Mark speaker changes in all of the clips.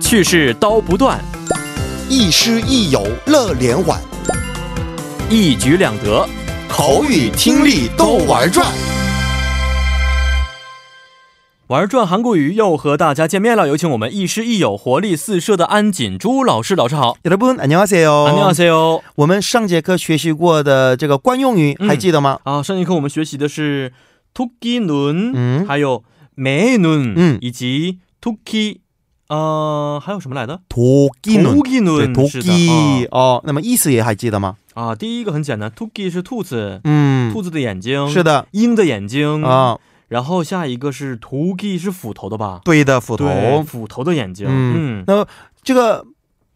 Speaker 1: 去世刀不断，
Speaker 2: 亦师亦友乐连环，
Speaker 1: 一举两得。
Speaker 2: 口语听力都玩转。
Speaker 1: 玩转韩国语又和大家见面了，有请我们亦师亦友、活力四射的安锦珠老师。老师好，
Speaker 3: 여러분 안녕하세요.
Speaker 1: 안녕하세요。
Speaker 3: 我们上节课学习过的这个惯用语、
Speaker 1: 嗯
Speaker 3: 还记得吗？
Speaker 1: 啊，上一课我们学习的是 “tuki nun”，、
Speaker 3: 嗯
Speaker 1: 还有 “me nun”，
Speaker 3: 嗯
Speaker 1: 以及 “tuki”，呃，还有什么来着
Speaker 3: 도끼
Speaker 1: ？“tuki
Speaker 3: 눈，对，
Speaker 1: nun”，
Speaker 3: 도끼
Speaker 1: 是啊的
Speaker 3: 哦，那么意思也还记得吗？
Speaker 1: 啊啊，第一个很简单，“tuki” 是兔子，
Speaker 3: 嗯，
Speaker 1: 兔子的眼睛，
Speaker 3: 是的
Speaker 1: 鹰的眼睛
Speaker 3: 啊、。
Speaker 1: 然后下一个是 “tuki” 是斧头的吧？
Speaker 3: 对的，斧
Speaker 1: 对
Speaker 3: 头。
Speaker 1: 斧头的眼睛，
Speaker 3: 嗯
Speaker 1: 嗯，。
Speaker 3: 那么这个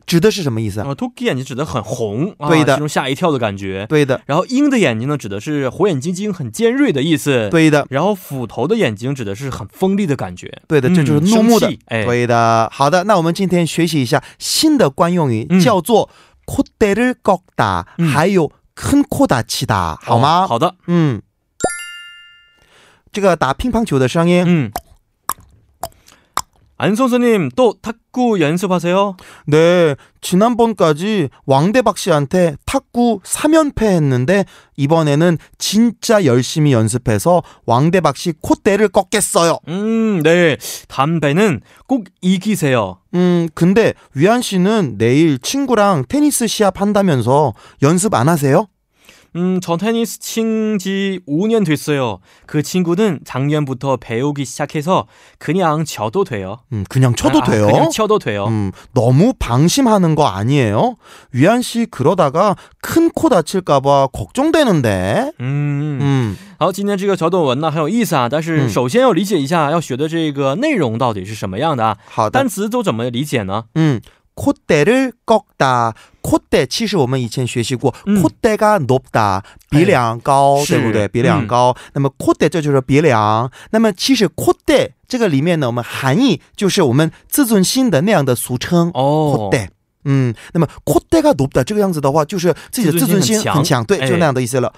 Speaker 3: 指的是什么意思啊？
Speaker 1: 啊，Tuki 眼睛指的很红，啊、
Speaker 3: 对的
Speaker 1: 这种吓一跳的感觉。
Speaker 3: 对的，
Speaker 1: 然后鹰的眼睛呢，指的是火眼金睛，很尖锐的意思。。
Speaker 3: 对的，
Speaker 1: 然后斧头的眼睛指的是很锋利的感觉。
Speaker 3: 对的，这就是怒目的
Speaker 1: 嗯生。气哎，
Speaker 3: 对的，好的，那我们今天学习一下新的惯用语，
Speaker 1: 嗯
Speaker 3: 叫做“코대를꺾다”，
Speaker 1: 嗯
Speaker 3: 还有“큰코다치다”，好吗？
Speaker 1: 哦好的，
Speaker 3: 嗯，这个打乒乓球的声音，
Speaker 1: 嗯。안 선수님 또 탁구 연습하세요?
Speaker 3: 네, 지난번까지 왕대박 씨한테 탁구 3연패 했는데 이번에는 진짜 열심히 연습해서 왕대박 씨 콧대를 꺾겠어요.
Speaker 1: 음, 네. 嗯 담배는 꼭 이기세요.
Speaker 3: 음, 근데 위안 씨는 내일 친구랑 테니스 시합 한다면서 연습 안 하세요?
Speaker 1: 음, 전 테니스 친 지 5년 됐어요. 그 친구는 작년부터 배우기 시작해서 그냥 쳐도 돼요.
Speaker 3: 음, 그냥 쳐도
Speaker 1: 아, 아,
Speaker 3: 돼요.
Speaker 1: 그냥 쳐도 돼요.
Speaker 3: 음, 너무 방심하는 거 아니에요? 위안 씨 그러다가 큰 코 다칠까봐 걱정되는데.
Speaker 1: 음.
Speaker 3: 음,
Speaker 1: 好，今天这个小短文呢很有意思啊，但是
Speaker 3: 嗯
Speaker 1: 首先要理解一下要学的这个内容到底是什么样的啊。
Speaker 3: 好的。
Speaker 1: 单词都怎么理解呢？
Speaker 3: 음, 콧대를 꺾다. 콧대, 其实我们以前学习过,
Speaker 1: 음.
Speaker 3: 콧대가 높다. 鼻梁高,
Speaker 1: 是。
Speaker 3: 对不对?鼻梁高.那么 콧대 这就是鼻梁.那么其实 콧대 这个里面呢，我们含义就是我们自尊心的那样的俗称。
Speaker 1: 哦，
Speaker 3: 콧대. 嗯，那么 콧대가 높다 这个样子的话，就是自己的自尊心
Speaker 1: 自尊心很强
Speaker 3: 很强，对，
Speaker 1: 哎嗯
Speaker 3: 就那样的意思了。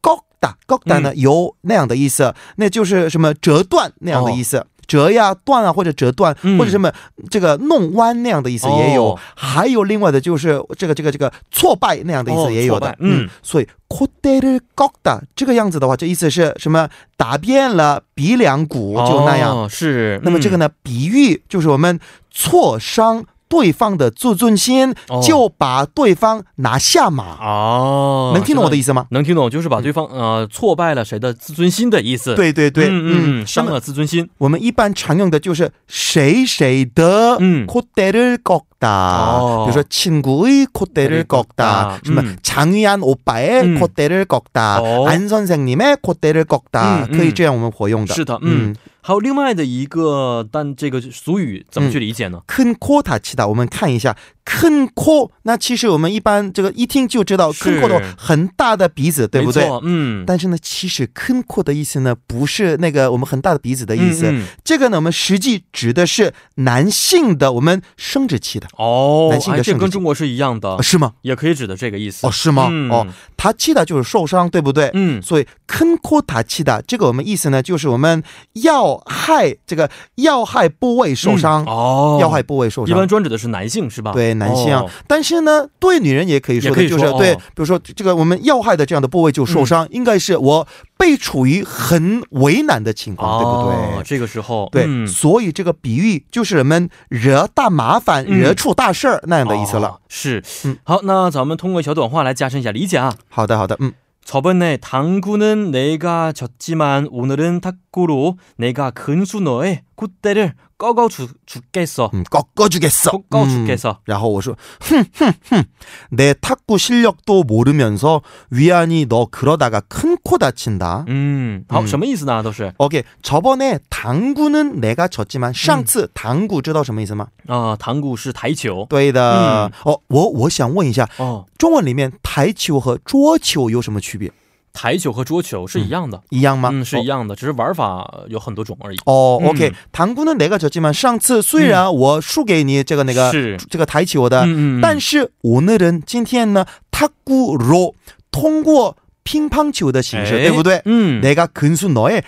Speaker 3: 高打高打呢，有那样的意思，那就是什么折断那样的意思，折呀断啊，或者折断，
Speaker 1: 哦嗯
Speaker 3: 或者什么这个弄弯那样的意思也有，
Speaker 1: 哦
Speaker 3: 还有另外的就是这个这个这个挫败那样的意
Speaker 1: 哦
Speaker 3: 思也有的，
Speaker 1: 挫败嗯，
Speaker 3: 所以 콧대를 꺾다 这个样子的话，这意思是什么？打遍了鼻梁骨就那样。
Speaker 1: 哦、是。
Speaker 3: 那么这个
Speaker 1: 呢？
Speaker 3: 呢，比喻就是我们挫伤对方的自尊心，
Speaker 1: 哦
Speaker 3: 就把对方拿下马。
Speaker 1: 哦，
Speaker 3: 能听懂我的意
Speaker 1: 思？
Speaker 3: 思吗？
Speaker 1: 能听懂，就是把对方、呃挫败了谁的自尊心的意思。
Speaker 3: 对对对，
Speaker 1: 嗯嗯，
Speaker 3: 那
Speaker 1: 伤
Speaker 3: 么
Speaker 1: 了自尊心。
Speaker 3: 我们一般常用的就是谁谁的
Speaker 1: 嗯
Speaker 3: 콧대를꺾다，
Speaker 1: 哦
Speaker 3: 比如说친구의콧대를
Speaker 1: 콧대를
Speaker 3: 꺾다
Speaker 1: 꺾다，，
Speaker 3: 什么
Speaker 1: 嗯
Speaker 3: 장위안오빠의
Speaker 1: 嗯
Speaker 3: 콧대를꺾다，
Speaker 1: 哦
Speaker 3: 안선생님의콧대를꺾
Speaker 1: 嗯
Speaker 3: 다，
Speaker 1: 嗯
Speaker 3: 可以这样我们活用的。
Speaker 1: 是的，嗯，还有另外的一个，但这个俗语怎么去理解呢？
Speaker 3: 큰코다치다，我们看一下큰코。那其实我们一般这个一听就知道
Speaker 1: 是
Speaker 3: 큰코的很大的鼻子，对不
Speaker 1: 没
Speaker 3: 对？
Speaker 1: 错，嗯，
Speaker 3: 但是呢，其实큰코的意思呢，不是那个我们很大的鼻子的意思。
Speaker 1: 嗯嗯
Speaker 3: 这个呢，我们实际指的是男性的我们生殖器的，
Speaker 1: 哦
Speaker 3: 男，性的
Speaker 1: 哎，这
Speaker 3: 生殖
Speaker 1: 跟
Speaker 3: 器
Speaker 1: 中国是一样的
Speaker 3: 啊，是吗？
Speaker 1: 也可以指的这个意思。
Speaker 3: 哦，是吗？
Speaker 1: 哦嗯
Speaker 3: 哦，다치다就是受伤，对不对？
Speaker 1: 嗯，
Speaker 3: 所以큰코达치다这个我们意思呢，就是我们要害这个要害部位受伤
Speaker 1: 嗯，哦，
Speaker 3: 要害部位受
Speaker 1: 一
Speaker 3: 伤。
Speaker 1: 般专指的是男性是吧？
Speaker 3: 对男性啊、
Speaker 1: 哦
Speaker 3: 但是呢，对女人也可以说
Speaker 1: 也可
Speaker 3: 的，
Speaker 1: 以
Speaker 3: 就
Speaker 1: 说
Speaker 3: 是
Speaker 1: 哦
Speaker 3: 对，比如说这个我们要害的这样的部位就受伤，应该是我被处于很为难的情况，啊对不
Speaker 1: 哦
Speaker 3: 对？
Speaker 1: 这个时候，
Speaker 3: 对、
Speaker 1: 嗯
Speaker 3: 所以这个比喻就是人们惹大麻烦、
Speaker 1: 嗯
Speaker 3: 惹出大事儿那样的意思了。
Speaker 1: 哦是
Speaker 3: 嗯，
Speaker 1: 好，那咱们通过小短话来加深一下理解啊。
Speaker 3: 好的，好的，嗯，
Speaker 1: 저번에 당구는 내가 졌지만 오늘은 탁구로 내가 근수 너의 콧대를 꺾어 주, 죽겠어.
Speaker 3: 嗯，高高举给手，
Speaker 1: 꺾어
Speaker 3: 嗯
Speaker 1: 죽겠어.
Speaker 3: 라고 我说 내 탁구 실력도 모르면서 위안이 너 그러다가 큰 코 다친다.
Speaker 1: 음,
Speaker 3: 음.
Speaker 1: 好，什么意思呢？都是
Speaker 3: 오케이. 저번에 당구는 내가 졌지만
Speaker 1: 음。
Speaker 3: 上次 당구 知道什么意思吗？
Speaker 1: 아, 당구 是台球。
Speaker 3: 对
Speaker 1: 嗯
Speaker 3: 的。哦，我我想问一下，
Speaker 1: 哦，
Speaker 3: 中文里面台球和桌球有什么区别？
Speaker 1: 台球和桌球是一样的，
Speaker 3: 一样吗？
Speaker 1: 嗯，是一样的，只是玩法有很多种而已。
Speaker 3: 哦。
Speaker 1: 嗯
Speaker 3: 哦，OK，唐姑呢？哪个球？基本上次虽然我输给你这个那个、
Speaker 1: 是，
Speaker 3: 这个台球的，
Speaker 1: 嗯嗯，
Speaker 3: 但
Speaker 1: 是
Speaker 3: 是我那人今天呢，他鼓罗通过乒乓球的形式，对不对？
Speaker 1: 嗯，
Speaker 3: 내가근수너의콧대를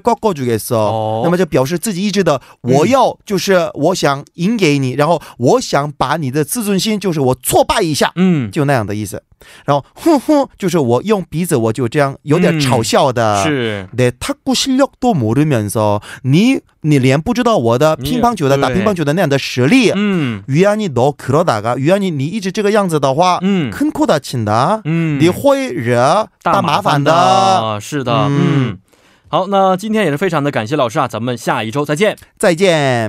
Speaker 3: 콧대를 꺾어주겠어。
Speaker 1: 哦
Speaker 3: 那么就表示自己意志的，我要就是我想赢给你，然后我想把你的自尊心就是我挫败一下，
Speaker 1: 음,
Speaker 3: 就那样的意思。然后哼哼，就是我用鼻子，我就这样有点
Speaker 1: 嗯
Speaker 3: 嘲笑的。
Speaker 1: 是
Speaker 3: 내 탁구 실력도 모르면서
Speaker 1: 니-
Speaker 3: 你你连不知道我的乒乓球的打
Speaker 1: 对。
Speaker 3: 嗯乒乓球的那样的实力，
Speaker 1: 음,
Speaker 3: 위안이 너 그러다가 위안이 니一直这个样子的话
Speaker 1: 음,
Speaker 3: 큰 코 다친다.
Speaker 1: 음.
Speaker 3: 你会惹嗯大麻烦的。
Speaker 1: 的，是的，
Speaker 3: 嗯
Speaker 1: 嗯。好，那今天也是非常的感谢老师啊，咱们下一周再见。
Speaker 3: 再见。